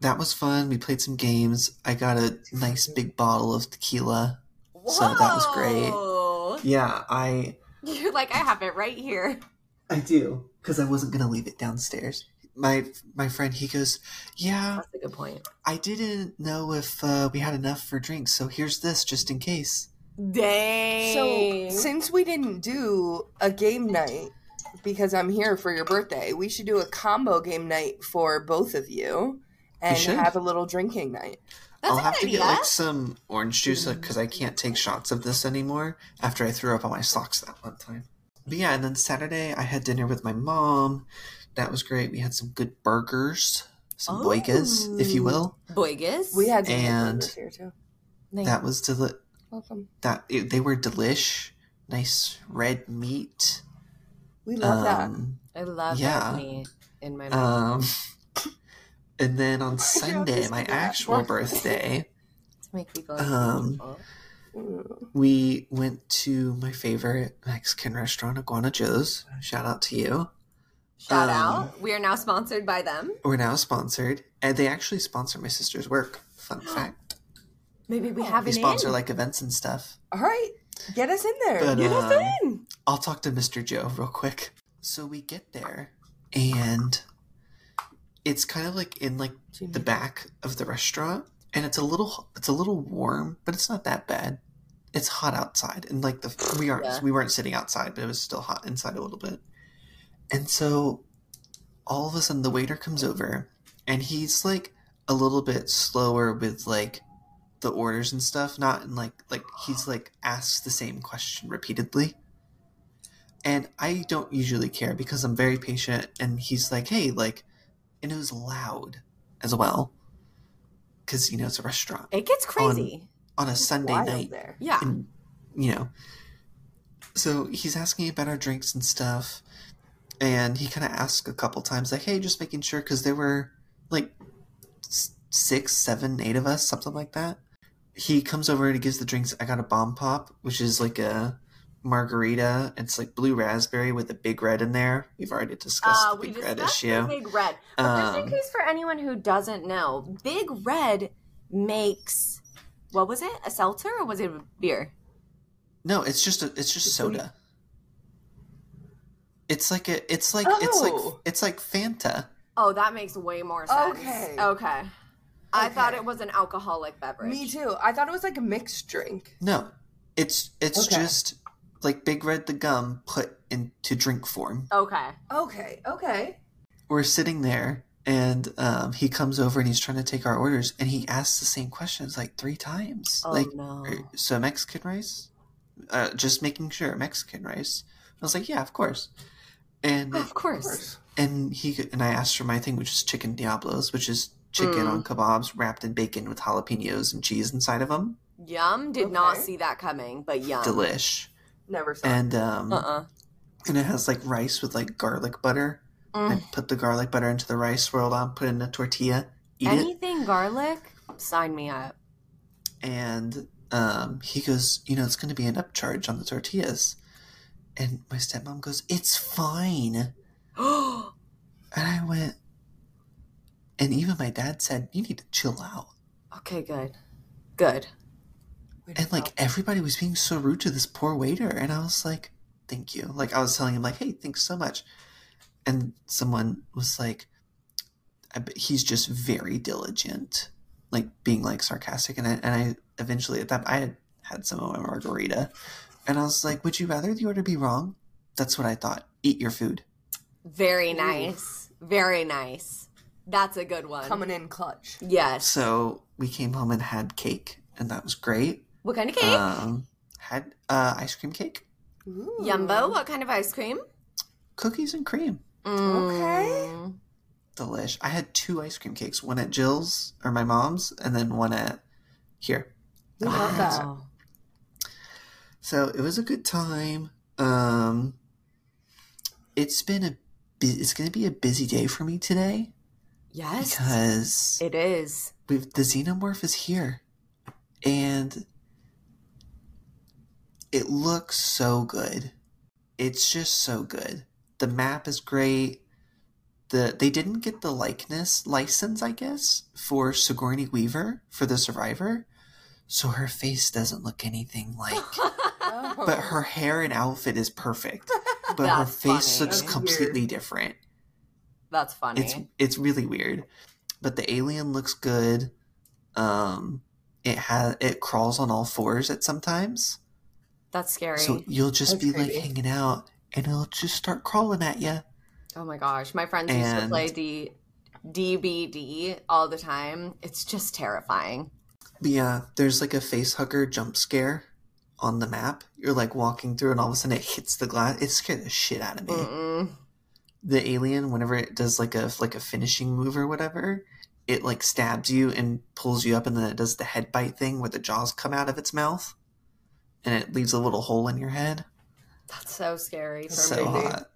[SPEAKER 2] that was fun. We played some games. I got a nice big bottle of tequila. So that was great.
[SPEAKER 3] great.
[SPEAKER 2] Yeah, I
[SPEAKER 3] You're like, I have it right here.
[SPEAKER 2] I do because I wasn't gonna leave it downstairs. My my friend he goes, yeah,
[SPEAKER 3] That's a good point.
[SPEAKER 2] I didn't know if uh, we had enough for drinks, so here's this just in case.
[SPEAKER 1] So
[SPEAKER 3] Dang.
[SPEAKER 1] since we didn't do a game night because I'm here for your birthday, we should do a combo game night for both of you and
[SPEAKER 2] should.
[SPEAKER 1] have a little drinking night.
[SPEAKER 3] that's
[SPEAKER 2] I'll
[SPEAKER 3] a
[SPEAKER 2] have
[SPEAKER 3] good
[SPEAKER 2] to
[SPEAKER 3] idea.
[SPEAKER 2] get like some orange juice because I can't take shots of this anymore after I threw up on my socks that one time. But yeah, and then Saturday I had dinner with my mom. That was great. We had some good burgers, some boigas, if you will.
[SPEAKER 3] Boigas.
[SPEAKER 1] We had some
[SPEAKER 2] And-
[SPEAKER 1] burgers here too.
[SPEAKER 3] Oh, Thank-
[SPEAKER 2] That was deli-
[SPEAKER 1] Welcome.
[SPEAKER 2] that it, they were delish. Nice red meat.
[SPEAKER 1] We love that.
[SPEAKER 2] um,
[SPEAKER 3] I love
[SPEAKER 2] yeah.
[SPEAKER 3] that meat in my mouth.
[SPEAKER 2] Um, and then on
[SPEAKER 1] don't
[SPEAKER 2] Sunday,
[SPEAKER 1] listen
[SPEAKER 2] my
[SPEAKER 1] to that.
[SPEAKER 2] actual birthday,
[SPEAKER 3] to make me go.
[SPEAKER 2] um,
[SPEAKER 1] Mm.
[SPEAKER 2] we went to my favorite Mexican restaurant, Iguana Joe's. Shout out to you.
[SPEAKER 3] Shout
[SPEAKER 2] um,
[SPEAKER 3] out. We are now sponsored by them.
[SPEAKER 2] We're now sponsored, and they actually sponsor my sister's work. Fun fact:
[SPEAKER 3] Maybe we have
[SPEAKER 2] they
[SPEAKER 3] an
[SPEAKER 2] sponsor
[SPEAKER 3] in.
[SPEAKER 2] like events and stuff.
[SPEAKER 1] All right. Get us in there.
[SPEAKER 2] But,
[SPEAKER 1] Get us
[SPEAKER 2] um,
[SPEAKER 1] in.
[SPEAKER 2] I'll talk to Mr. Joe real quick. So we get there, and it's kind of like in like the back of the restaurant and it's a little it's a little warm but it's not that bad it's hot outside and like the we aren't
[SPEAKER 3] Yeah.
[SPEAKER 2] we weren't sitting outside but it was still hot inside a little bit and so all of a sudden the waiter comes over and he's like a little bit slower with like the orders and stuff not in like like he's like asks the same question repeatedly and i don't usually care because i'm very patient and he's like hey like and it was loud as well because you know it's a restaurant
[SPEAKER 3] it gets crazy.
[SPEAKER 2] on a sunday
[SPEAKER 1] Wild
[SPEAKER 2] night
[SPEAKER 1] there.
[SPEAKER 3] yeah.
[SPEAKER 2] and you know so he's asking about our drinks and stuff and he kind of asked a couple times like hey just making sure because there were like s- six seven eight of us something like that he comes over and he gives the drinks i got a bomb pop which is like a margarita it's like blue raspberry with a big red in there we've already discussed
[SPEAKER 3] Uh,
[SPEAKER 2] the
[SPEAKER 3] we
[SPEAKER 2] big red
[SPEAKER 3] discussed
[SPEAKER 2] issue
[SPEAKER 3] the Big Red. But just
[SPEAKER 2] Um,
[SPEAKER 3] in case for anyone who doesn't know, Big Red makes what was it? A seltzer or was it a beer?
[SPEAKER 2] No, it's just a, it's just soda. It's like a it's like it's like
[SPEAKER 1] Oh.
[SPEAKER 2] it's like Fanta.
[SPEAKER 3] Oh, that makes way more sense.
[SPEAKER 1] Okay.
[SPEAKER 3] Okay. I
[SPEAKER 1] Okay.
[SPEAKER 3] thought it was an alcoholic beverage.
[SPEAKER 1] Me too. I thought it was like a mixed drink.
[SPEAKER 2] No. It's it's
[SPEAKER 1] Okay.
[SPEAKER 2] just like Big Red the gum put into drink form.
[SPEAKER 3] Okay.
[SPEAKER 1] Okay. Okay.
[SPEAKER 2] We're sitting there and um, he comes over and he's trying to take our orders and he asks the same questions like three times.
[SPEAKER 3] Oh
[SPEAKER 2] like
[SPEAKER 3] no.
[SPEAKER 2] "Are- so Mexican rice? Uh, just making sure Mexican rice. I was like, yeah, of course. And
[SPEAKER 3] Of course.
[SPEAKER 2] and he and I asked for my thing, which is chicken diablos, which is chicken
[SPEAKER 3] Mm.
[SPEAKER 2] on kebabs wrapped in bacon with jalapenos and cheese inside of them.
[SPEAKER 3] Yum. Did not
[SPEAKER 1] Okay.
[SPEAKER 3] see that coming, but yum.
[SPEAKER 2] Delish.
[SPEAKER 1] Never saw. it.
[SPEAKER 2] And um,
[SPEAKER 3] uh uh
[SPEAKER 2] and it has like rice with like garlic butter. I put the garlic butter into the rice, rolled on, put it in a tortilla, eat it.
[SPEAKER 3] Anything garlic? Sign me up.
[SPEAKER 2] and um, he goes, you know, it's going to be an upcharge on the tortillas. And my stepmom goes, it's fine. And I went, and even my dad said, you need to chill out.
[SPEAKER 3] okay, good. Good.
[SPEAKER 1] Way to
[SPEAKER 2] and like
[SPEAKER 1] go.
[SPEAKER 2] everybody was being so rude to this poor waiter and i was like thank you like i was telling him like hey thanks so much and someone was like I bet he's just very diligent, like being like sarcastic. And I, and I eventually at that I had had some of my margarita, and I was like, "Would you rather the order be wrong?" That's what I thought. Eat your food.
[SPEAKER 3] Very nice. Very nice. That's a good one.
[SPEAKER 1] Coming in clutch.
[SPEAKER 3] Yes.
[SPEAKER 2] So we came home and had cake, and that was great.
[SPEAKER 3] What kind of cake?
[SPEAKER 2] Um, had uh, ice cream cake,
[SPEAKER 1] Ooh.
[SPEAKER 3] Yumbo. What kind of ice cream?
[SPEAKER 2] cookies and cream.
[SPEAKER 1] Okay.
[SPEAKER 3] Mm.
[SPEAKER 2] Delish. I had two ice cream cakes, one at Jill's or my mom's, and then one at here.
[SPEAKER 1] We love that.
[SPEAKER 3] Wow.
[SPEAKER 2] So it was a good time. Um, it's been a bu- it's going to be a busy day for me today
[SPEAKER 3] Yes.
[SPEAKER 2] because
[SPEAKER 3] It is.
[SPEAKER 2] we've the xenomorph is here, and it looks so good. It's just so good. The map is great. The they didn't get the likeness license, I guess, for Sigourney Weaver for the Survivor, so her face doesn't look anything like
[SPEAKER 1] Oh.
[SPEAKER 2] but her hair and outfit is perfect. But her
[SPEAKER 3] That's
[SPEAKER 2] face
[SPEAKER 3] funny.
[SPEAKER 2] looks
[SPEAKER 1] That's
[SPEAKER 2] completely different.
[SPEAKER 3] That's funny.
[SPEAKER 2] It's it's really weird. But the alien looks good. Um it has it crawls on all fours at sometimes.
[SPEAKER 3] That's scary.
[SPEAKER 2] So you'll just
[SPEAKER 1] That's
[SPEAKER 2] be
[SPEAKER 1] creepy.
[SPEAKER 2] like hanging out and it'll just start crawling at you.
[SPEAKER 3] oh my gosh. My friends used to
[SPEAKER 2] And-
[SPEAKER 3] play D DBD all the time. It's just terrifying.
[SPEAKER 2] But yeah, there's like a face hugger jump scare on the map. You're like walking through and all of a sudden it hits the glass. It scared the shit out of me.
[SPEAKER 1] Mm.
[SPEAKER 3] Mm-mm.
[SPEAKER 2] the alien whenever it does like a like a finishing move or whatever it like stabs you and pulls you up and then it does the head bite thing where the jaws come out of its mouth and it leaves a little hole in your head
[SPEAKER 3] That's so scary for
[SPEAKER 2] so
[SPEAKER 3] me.
[SPEAKER 2] hot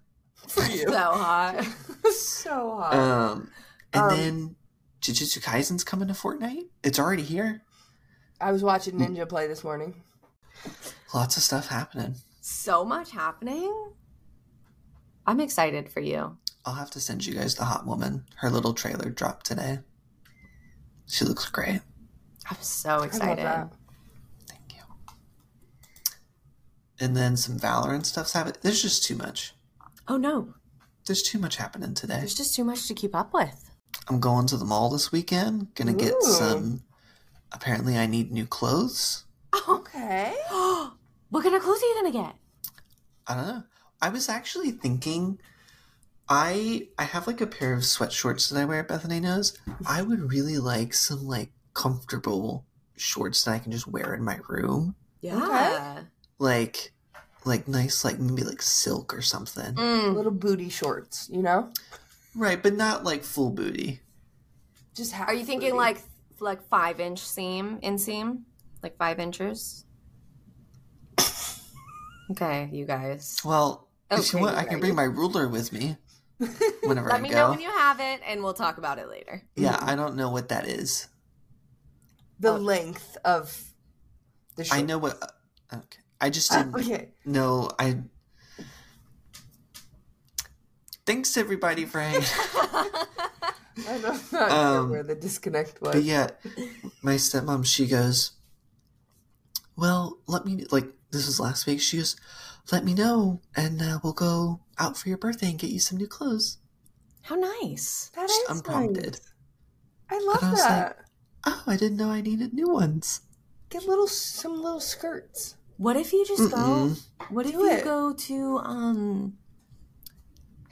[SPEAKER 1] for you.
[SPEAKER 3] So hot.
[SPEAKER 1] so hot.
[SPEAKER 2] um and
[SPEAKER 1] Um,
[SPEAKER 2] then jujutsu kaisen's coming to fortnite it's already here
[SPEAKER 1] I was watching
[SPEAKER 2] Mm.
[SPEAKER 1] Ninja play this morning.
[SPEAKER 2] lots of stuff happening
[SPEAKER 3] so much happening. I'm excited for you.
[SPEAKER 2] i'll have to send you guys the hot woman her little trailer dropped today she looks great
[SPEAKER 3] I'm so excited.
[SPEAKER 1] I love
[SPEAKER 2] Thank you. And then some Valorant stuff's happening. There's just too much.
[SPEAKER 3] Oh no,
[SPEAKER 2] There's too much happening today.
[SPEAKER 3] there's just too much to keep up with.
[SPEAKER 2] I'm going to the mall this weekend. Gonna get
[SPEAKER 1] Ooh.
[SPEAKER 2] some. Apparently, I need new clothes.
[SPEAKER 1] that. Okay.
[SPEAKER 3] What kind of clothes are you Oh gonna get?
[SPEAKER 2] I don't know. I was actually thinking. I I have like a pair of sweat shorts that I wear. Bethany knows. I would really like some like comfortable shorts that I can just wear in my room.
[SPEAKER 1] Yeah.
[SPEAKER 2] Like, like nice like maybe like silk or something.
[SPEAKER 3] Mm.
[SPEAKER 1] Little booty shorts, you know?
[SPEAKER 2] Right, but not like full booty.
[SPEAKER 1] Just half
[SPEAKER 3] Are you thinking
[SPEAKER 1] booty.
[SPEAKER 3] like like five inch seam inseam, like five inches? Okay, you guys.
[SPEAKER 2] Well, if
[SPEAKER 3] Okay,
[SPEAKER 2] you want,
[SPEAKER 3] you're
[SPEAKER 2] I can
[SPEAKER 3] right.
[SPEAKER 2] bring my ruler with me whenever
[SPEAKER 3] Let
[SPEAKER 2] I
[SPEAKER 3] me
[SPEAKER 2] go.
[SPEAKER 3] know when you have it, and we'll talk about it later.
[SPEAKER 2] yeah,
[SPEAKER 1] Mm-hmm.
[SPEAKER 2] I don't know what that is.
[SPEAKER 1] the
[SPEAKER 3] uh,
[SPEAKER 1] length of the short?
[SPEAKER 2] I know what. uh, Okay, I just didn't
[SPEAKER 1] Uh, Okay.
[SPEAKER 2] know. I. Thanks everybody for hanging.
[SPEAKER 1] I'm not sure
[SPEAKER 2] Um,
[SPEAKER 1] where the disconnect was.
[SPEAKER 2] but yeah, my stepmom she goes. Well, let me like this was last week. She goes, "Let me know, and uh, we'll go out for your birthday and get you some new clothes."
[SPEAKER 3] How nice.
[SPEAKER 1] That
[SPEAKER 2] Just
[SPEAKER 1] is
[SPEAKER 2] unprompted.
[SPEAKER 1] nice. I love
[SPEAKER 2] And I was like-
[SPEAKER 1] that.
[SPEAKER 2] Oh, I didn't know I needed new ones.
[SPEAKER 1] Get little some little skirts.
[SPEAKER 3] What if you just go?
[SPEAKER 2] Mm-mm.
[SPEAKER 3] What if
[SPEAKER 1] Do
[SPEAKER 3] you
[SPEAKER 1] it.
[SPEAKER 3] go to um?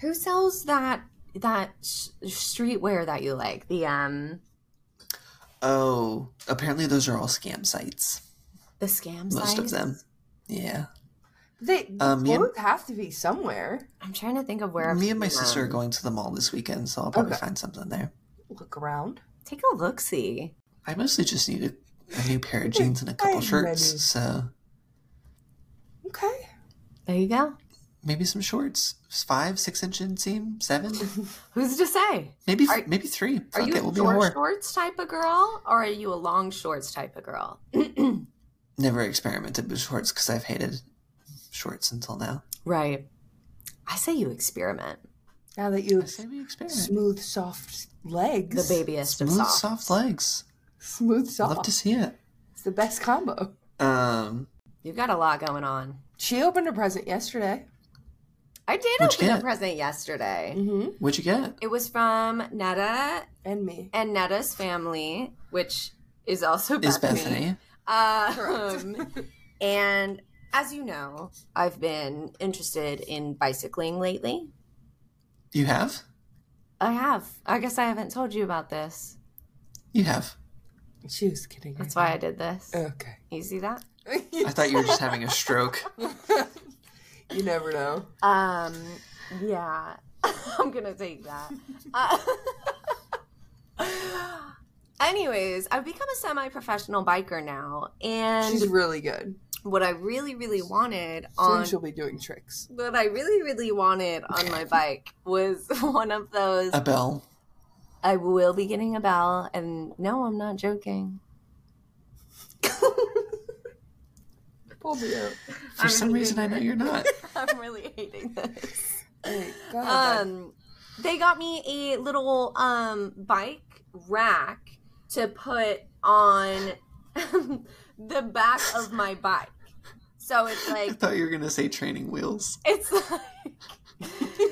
[SPEAKER 3] Who sells that that sh- streetwear that you like? The um
[SPEAKER 2] Oh, apparently those are all scam sites.
[SPEAKER 3] the scam
[SPEAKER 2] Most of
[SPEAKER 3] sites?
[SPEAKER 2] them. Yeah.
[SPEAKER 1] They the
[SPEAKER 2] Um, me and-
[SPEAKER 1] clothes have to be somewhere.
[SPEAKER 3] I'm trying to think of where um, I've
[SPEAKER 2] Me and my
[SPEAKER 3] seen
[SPEAKER 2] sister are
[SPEAKER 3] them.
[SPEAKER 2] going to the mall this weekend, so I'll probably
[SPEAKER 1] Okay.
[SPEAKER 2] find something there.
[SPEAKER 1] Look around.
[SPEAKER 3] Take a look, see.
[SPEAKER 2] I mostly just need a, a new pair of jeans and a couple
[SPEAKER 1] I'm ready.
[SPEAKER 2] shirts, so
[SPEAKER 1] Okay.
[SPEAKER 3] There you go.
[SPEAKER 2] maybe some shorts. Five, six inch inseam, seven,
[SPEAKER 3] Who's to say?
[SPEAKER 2] maybe
[SPEAKER 3] Are-
[SPEAKER 2] maybe three.
[SPEAKER 3] Are
[SPEAKER 2] Fuck
[SPEAKER 3] you
[SPEAKER 2] it, we'll
[SPEAKER 3] a
[SPEAKER 2] be a
[SPEAKER 3] short
[SPEAKER 2] whore.
[SPEAKER 3] shorts type of girl, or are you a long shorts type of girl?
[SPEAKER 2] Never experimented with shorts because I've hated shorts until now.
[SPEAKER 3] Right. I say you experiment.
[SPEAKER 1] Now that you
[SPEAKER 2] I
[SPEAKER 1] have
[SPEAKER 2] say we experiment.
[SPEAKER 1] smooth, soft
[SPEAKER 3] The
[SPEAKER 1] legs.
[SPEAKER 3] babyest of
[SPEAKER 2] Smooth,
[SPEAKER 3] soft.
[SPEAKER 2] soft legs.
[SPEAKER 1] Smooth,
[SPEAKER 2] Love
[SPEAKER 1] soft.
[SPEAKER 2] to see it.
[SPEAKER 1] It's the best combo.
[SPEAKER 2] Um,
[SPEAKER 3] You've got a lot going on.
[SPEAKER 1] She opened a present yesterday.
[SPEAKER 3] I I did
[SPEAKER 2] What'd you
[SPEAKER 3] open a
[SPEAKER 2] get?
[SPEAKER 3] present yesterday.
[SPEAKER 1] Mm-hmm.
[SPEAKER 2] What'd you get?
[SPEAKER 3] It was from Netta
[SPEAKER 1] And me.
[SPEAKER 3] and Netta's family, which is also Bethany.
[SPEAKER 2] Is Bethany?
[SPEAKER 3] Um, and as you know, I've been interested in bicycling lately.
[SPEAKER 2] You have?
[SPEAKER 3] I have. I guess I haven't told you about this.
[SPEAKER 2] You have.
[SPEAKER 1] She was kidding.
[SPEAKER 3] That's why I did this.
[SPEAKER 1] Okay.
[SPEAKER 3] You see that?
[SPEAKER 2] I thought you were just having a stroke.
[SPEAKER 1] you never know.
[SPEAKER 3] Um, yeah, I'm gonna take that. Uh, anyways, I've become a semi-professional biker now, and
[SPEAKER 1] She's really good.
[SPEAKER 3] what I really, really wanted
[SPEAKER 1] Soon
[SPEAKER 3] on
[SPEAKER 1] she'll be doing tricks.
[SPEAKER 3] what I really, really wanted on my bike was one of those.
[SPEAKER 1] Uh,
[SPEAKER 2] A bell.
[SPEAKER 3] I will be getting a bell, and no, I'm not joking.
[SPEAKER 1] Pull me out.
[SPEAKER 2] For some reason, I know you're not.
[SPEAKER 3] I'm really hating this.
[SPEAKER 1] Hey, go ahead.
[SPEAKER 3] um they got me a little um bike rack to put on the back of my bike so it's
[SPEAKER 2] I
[SPEAKER 3] like
[SPEAKER 2] thought you were going to say training wheels.
[SPEAKER 3] it's like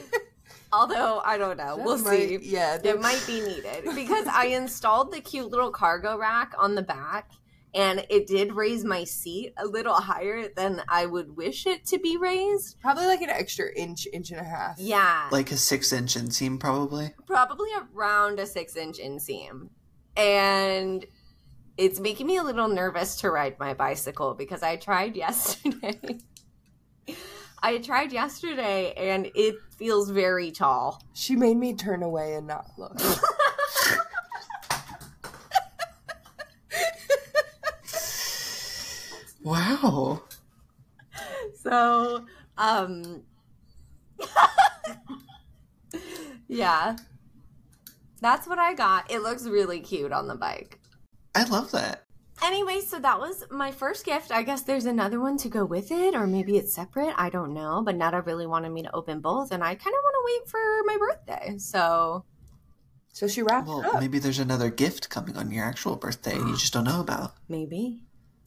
[SPEAKER 3] although i don't know
[SPEAKER 1] That
[SPEAKER 3] we'll
[SPEAKER 1] might-
[SPEAKER 3] see
[SPEAKER 1] Yeah,
[SPEAKER 3] it might be needed because i installed the cute little cargo rack on the back and it did raise my seat a little higher than i would wish it to be raised
[SPEAKER 1] probably like an extra inch, inch and a half.
[SPEAKER 3] yeah
[SPEAKER 2] Like a six inch inseam, probably.
[SPEAKER 3] probably around a six inch inseam. And it's making me a little nervous to ride my bicycle because I tried yesterday. I tried yesterday and it feels very tall.
[SPEAKER 1] She made me turn away and not look.
[SPEAKER 2] Wow.
[SPEAKER 3] So, um, yeah. That's what I got. It looks really cute on the bike.
[SPEAKER 2] I love that.
[SPEAKER 3] Anyway, so that was my first gift. I guess there's another one to go with it, or maybe it's separate. I don't know. But Netta really wanted me to open both, and I kind of want to wait for my birthday. So
[SPEAKER 1] so she wrapped it
[SPEAKER 2] Well,
[SPEAKER 1] up.
[SPEAKER 2] maybe there's another gift coming on your actual birthday you just don't know about.
[SPEAKER 3] maybe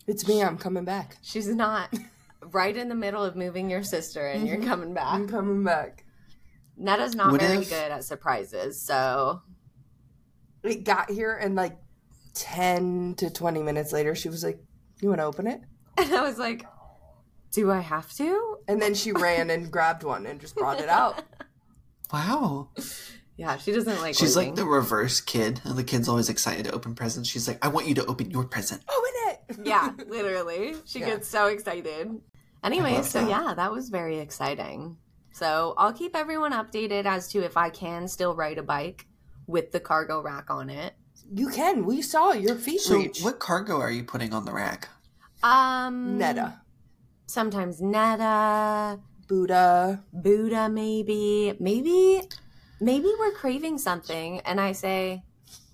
[SPEAKER 1] It's me. I'm coming back.
[SPEAKER 3] she's not right in the middle of moving your sister, and you're coming back.
[SPEAKER 2] Ah.
[SPEAKER 1] I'm coming back.
[SPEAKER 3] Netta's not
[SPEAKER 2] What
[SPEAKER 3] very
[SPEAKER 2] if-
[SPEAKER 3] good at surprises, so
[SPEAKER 1] It got here and like ten to twenty minutes later, she was like, "You want to open it?"
[SPEAKER 3] and I was like, "Do I have to?"
[SPEAKER 1] And then she ran and grabbed one and just brought it out.
[SPEAKER 2] Wow.
[SPEAKER 3] Yeah, she doesn't like.
[SPEAKER 2] She's like
[SPEAKER 3] waiting.
[SPEAKER 2] the reverse kid, and the kid's always excited to open presents. She's like, I want you to open your present.
[SPEAKER 1] open Oh, it.
[SPEAKER 3] yeah, literally. She
[SPEAKER 1] Yeah.
[SPEAKER 3] gets so excited. Anyway,
[SPEAKER 2] love
[SPEAKER 3] so
[SPEAKER 2] that.
[SPEAKER 3] yeah, that was very exciting. So I'll keep everyone updated as to if I can still ride a bike with the cargo rack on it.
[SPEAKER 1] You can. We saw your feet
[SPEAKER 2] So,
[SPEAKER 1] reach.
[SPEAKER 2] what cargo are you putting on the rack?
[SPEAKER 3] Um
[SPEAKER 1] Netta,
[SPEAKER 3] Sometimes Netta,
[SPEAKER 1] Buddha.
[SPEAKER 3] Buddha maybe. Maybe maybe we're craving something and I say,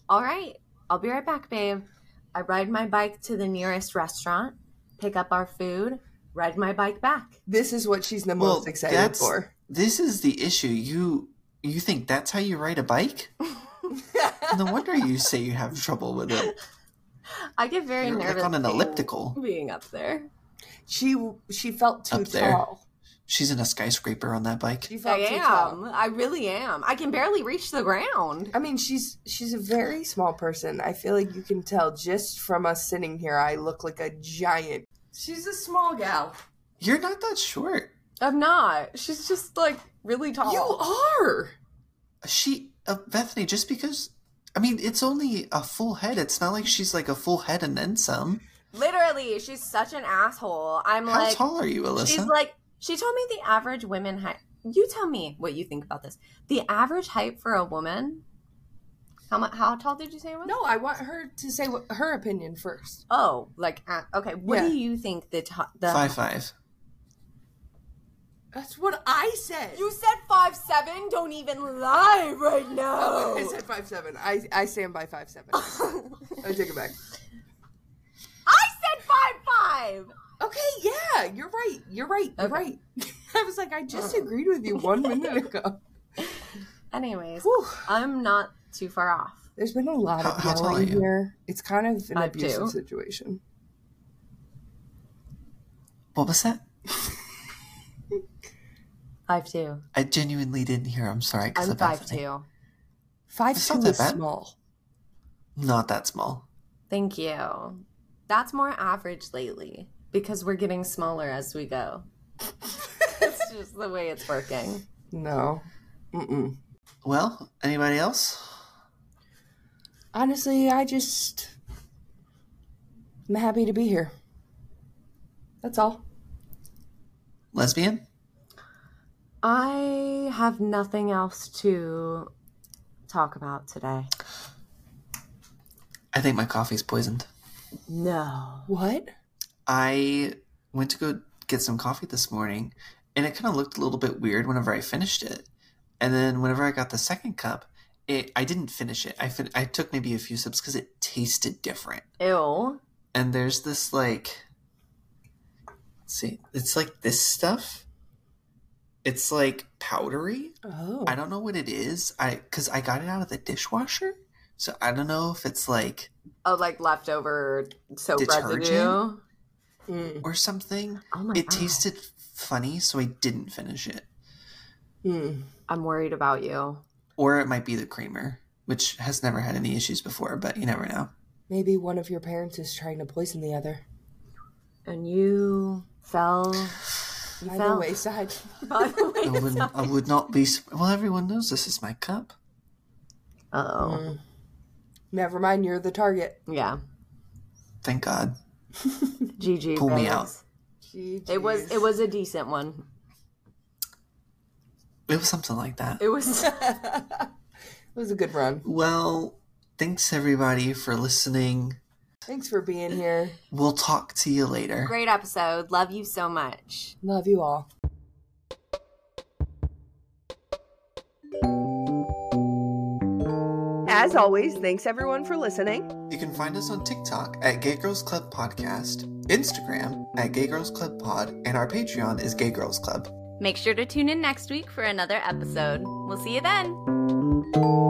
[SPEAKER 3] All right, I'll be right back, babe. I ride my bike to the nearest restaurant, pick up our food, ride my bike back.
[SPEAKER 1] This is what she's the
[SPEAKER 2] Well,
[SPEAKER 1] most excited
[SPEAKER 2] that's-
[SPEAKER 1] for.
[SPEAKER 2] This is the issue. You you think that's how you ride a bike? no wonder you say you have trouble with it.
[SPEAKER 3] I get very
[SPEAKER 2] You're
[SPEAKER 3] nervous.
[SPEAKER 2] like on an
[SPEAKER 3] being-
[SPEAKER 2] elliptical.
[SPEAKER 3] Being up there.
[SPEAKER 1] She she felt too
[SPEAKER 2] Up there.
[SPEAKER 1] tall.
[SPEAKER 2] She's in a skyscraper on that bike.
[SPEAKER 1] She
[SPEAKER 3] I
[SPEAKER 1] felt too
[SPEAKER 3] am.
[SPEAKER 1] tall.
[SPEAKER 3] I really am. I can barely reach the ground.
[SPEAKER 1] I mean, she's she's a very small person. I feel like you can tell just from us sitting here. I look like a giant. She's a small gal.
[SPEAKER 2] You're not that short.
[SPEAKER 3] I'm not. She's just like really tall.
[SPEAKER 1] You are.
[SPEAKER 2] She, uh, Bethany, just because. I mean, it's only a full head. It's not like she's like a full head and then some.
[SPEAKER 3] Literally, she's such an asshole. I'm
[SPEAKER 2] How
[SPEAKER 3] like,
[SPEAKER 2] tall are you,
[SPEAKER 3] she's
[SPEAKER 2] Alyssa?
[SPEAKER 3] like, she told me the average women height. You tell me what you think about this. The average height for a woman. How much? How tall did you say it was?
[SPEAKER 1] No, I want her to say what, her opinion first.
[SPEAKER 3] Oh, like uh, okay. What
[SPEAKER 1] Yeah.
[SPEAKER 3] do you think the to- the
[SPEAKER 2] five five.
[SPEAKER 1] That's what I said.
[SPEAKER 3] You said five seven. Don't even lie right now.
[SPEAKER 1] I said five seven. Oh. I I stand by five seven. I take it back.
[SPEAKER 3] I said five five.
[SPEAKER 1] Okay, yeah, you're right. You're right. You're
[SPEAKER 3] Okay.
[SPEAKER 1] right. I was like, I just agreed with you one minute ago.
[SPEAKER 3] Anyways,
[SPEAKER 1] Whew.
[SPEAKER 3] I'm not too far off.
[SPEAKER 1] There's been a lot of
[SPEAKER 2] How- how tall are
[SPEAKER 1] yelling
[SPEAKER 2] you?
[SPEAKER 1] here. It's kind of an
[SPEAKER 3] Five
[SPEAKER 1] abusive
[SPEAKER 3] two.
[SPEAKER 1] situation.
[SPEAKER 2] What was that?
[SPEAKER 4] Five two.
[SPEAKER 2] I genuinely didn't hear. I'm sorry. 'cause
[SPEAKER 4] I'm
[SPEAKER 2] of
[SPEAKER 4] five
[SPEAKER 2] Bethany.
[SPEAKER 4] two.
[SPEAKER 1] Five
[SPEAKER 2] It's
[SPEAKER 1] two
[SPEAKER 2] not
[SPEAKER 1] is
[SPEAKER 2] that bad.
[SPEAKER 1] small.
[SPEAKER 2] Not that small.
[SPEAKER 3] Thank you. That's more average lately because we're getting smaller as we go. That's just the way it's working.
[SPEAKER 1] No. Mm-mm.
[SPEAKER 2] Well, anybody else?
[SPEAKER 1] Honestly, I just I'm happy to be here. That's all.
[SPEAKER 2] Lesbian?
[SPEAKER 3] I have nothing else to talk about today.
[SPEAKER 2] I think my coffee's poisoned.
[SPEAKER 3] No.
[SPEAKER 1] What?
[SPEAKER 2] I went to go get some coffee this morning and it kind of looked a little bit weird whenever I finished it. And then whenever I got the second cup, it I didn't finish it. I fin- I took maybe a few sips cuz it tasted different.
[SPEAKER 3] Ew.
[SPEAKER 2] And there's this like let's see, it's like this stuff. It's like powdery.
[SPEAKER 1] Oh.
[SPEAKER 2] I don't know what it is. I cuz I got it out of the dishwasher. So I don't know if it's like
[SPEAKER 3] Oh, like leftover soap
[SPEAKER 2] Detergent?
[SPEAKER 3] residue. Oh
[SPEAKER 1] Mm,
[SPEAKER 2] or something.
[SPEAKER 3] my
[SPEAKER 2] It
[SPEAKER 3] god.
[SPEAKER 2] tasted funny, so I didn't finish it.
[SPEAKER 1] mm.
[SPEAKER 3] I'm worried about you.
[SPEAKER 2] or it might be the creamer, which has never had any issues before, but you never know.
[SPEAKER 1] Maybe one of your parents is trying to poison the other.
[SPEAKER 3] And you fell
[SPEAKER 1] By the
[SPEAKER 3] fell.
[SPEAKER 1] wayside.
[SPEAKER 3] by the
[SPEAKER 2] I, wouldn't, I
[SPEAKER 3] way.
[SPEAKER 2] would not be. s- Well, everyone knows this is my cup.
[SPEAKER 3] Oh.
[SPEAKER 1] Mm. Never mind, you're the target.
[SPEAKER 3] Yeah.
[SPEAKER 2] Thank God.
[SPEAKER 3] GG.
[SPEAKER 2] Pull me
[SPEAKER 3] babes.
[SPEAKER 2] out.
[SPEAKER 3] It was it was a decent one.
[SPEAKER 2] It was something like that.
[SPEAKER 3] It was
[SPEAKER 1] It was a good run.
[SPEAKER 2] Well, thanks everybody for listening.
[SPEAKER 1] Thanks for being here.
[SPEAKER 2] We'll talk to you later.
[SPEAKER 3] great episode. Love you so much.
[SPEAKER 1] Love you all.
[SPEAKER 5] As always, thanks everyone for listening.
[SPEAKER 2] You can find us on TikTok at Gay Girls Club Podcast, Instagram at Gay Girls Club Pod, and our Patreon is Gay Girls Club.
[SPEAKER 6] Make sure to tune in next week for another episode. We'll see you then.